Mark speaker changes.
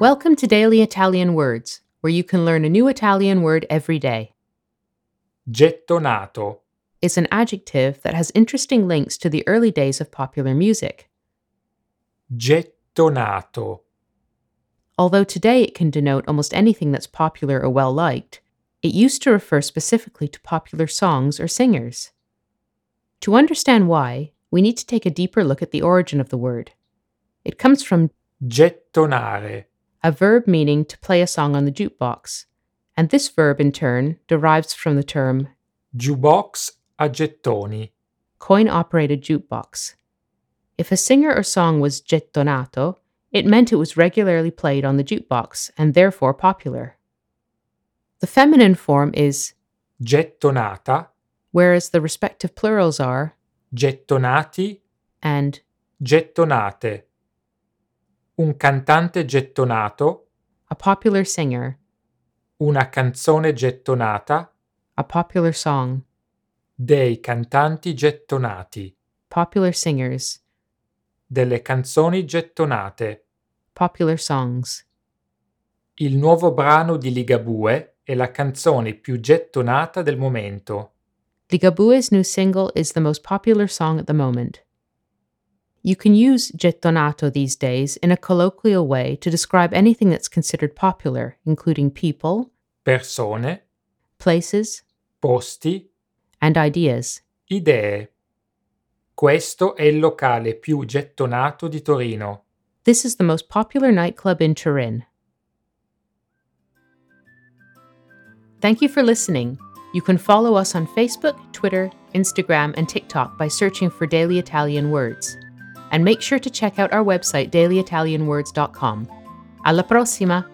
Speaker 1: Welcome to Daily Italian Words, where you can learn a new Italian word every day.
Speaker 2: Gettonato.
Speaker 1: It's an adjective that has interesting links to the early days of popular music,
Speaker 2: Gettonato.
Speaker 1: although today it can denote almost anything that's popular or well liked. It used to refer specifically to popular songs or singers. To understand why, we need to take a deeper look at the origin of the word. It comes from
Speaker 2: Gettonare.
Speaker 1: a verb meaning to play a song on the jukebox, and this verb in turn derives from the term
Speaker 2: Jukebox a gettoni.
Speaker 1: coin operated jukebox. If a singer or song was gettonato, it meant it was regularly played on the jukebox and therefore popular. The feminine form is,
Speaker 2: Gettonata.
Speaker 1: whereas the respective plurals are,
Speaker 2: Gettonati.
Speaker 1: and
Speaker 2: Gettonate. Un cantante gettonato.
Speaker 1: a popular singer,
Speaker 2: Una canzone gettonata.
Speaker 1: a popular song,
Speaker 2: Dei cantanti gettonati.
Speaker 1: popular singers,
Speaker 2: Delle canzoni gettonate.
Speaker 1: popular songs.
Speaker 2: Il nuovo brano di Ligabue è la canzone più gettonata del momento.
Speaker 1: Ligabue's new single is the most popular song at the moment. You can use gettonato these days in a colloquial way to describe anything that's considered popular, including people,
Speaker 2: Persone,
Speaker 1: places,
Speaker 2: posti,
Speaker 1: and ideas.
Speaker 2: idee. Questo è il locale più gettonato di Torino.
Speaker 1: This is the most popular nightclub in Turin. Thank you for listening. You can follow us on Facebook, Twitter, Instagram, and TikTok by searching for Daily Italian Words. And make sure to check out our website, dailyitalianwords.com. Alla prossima!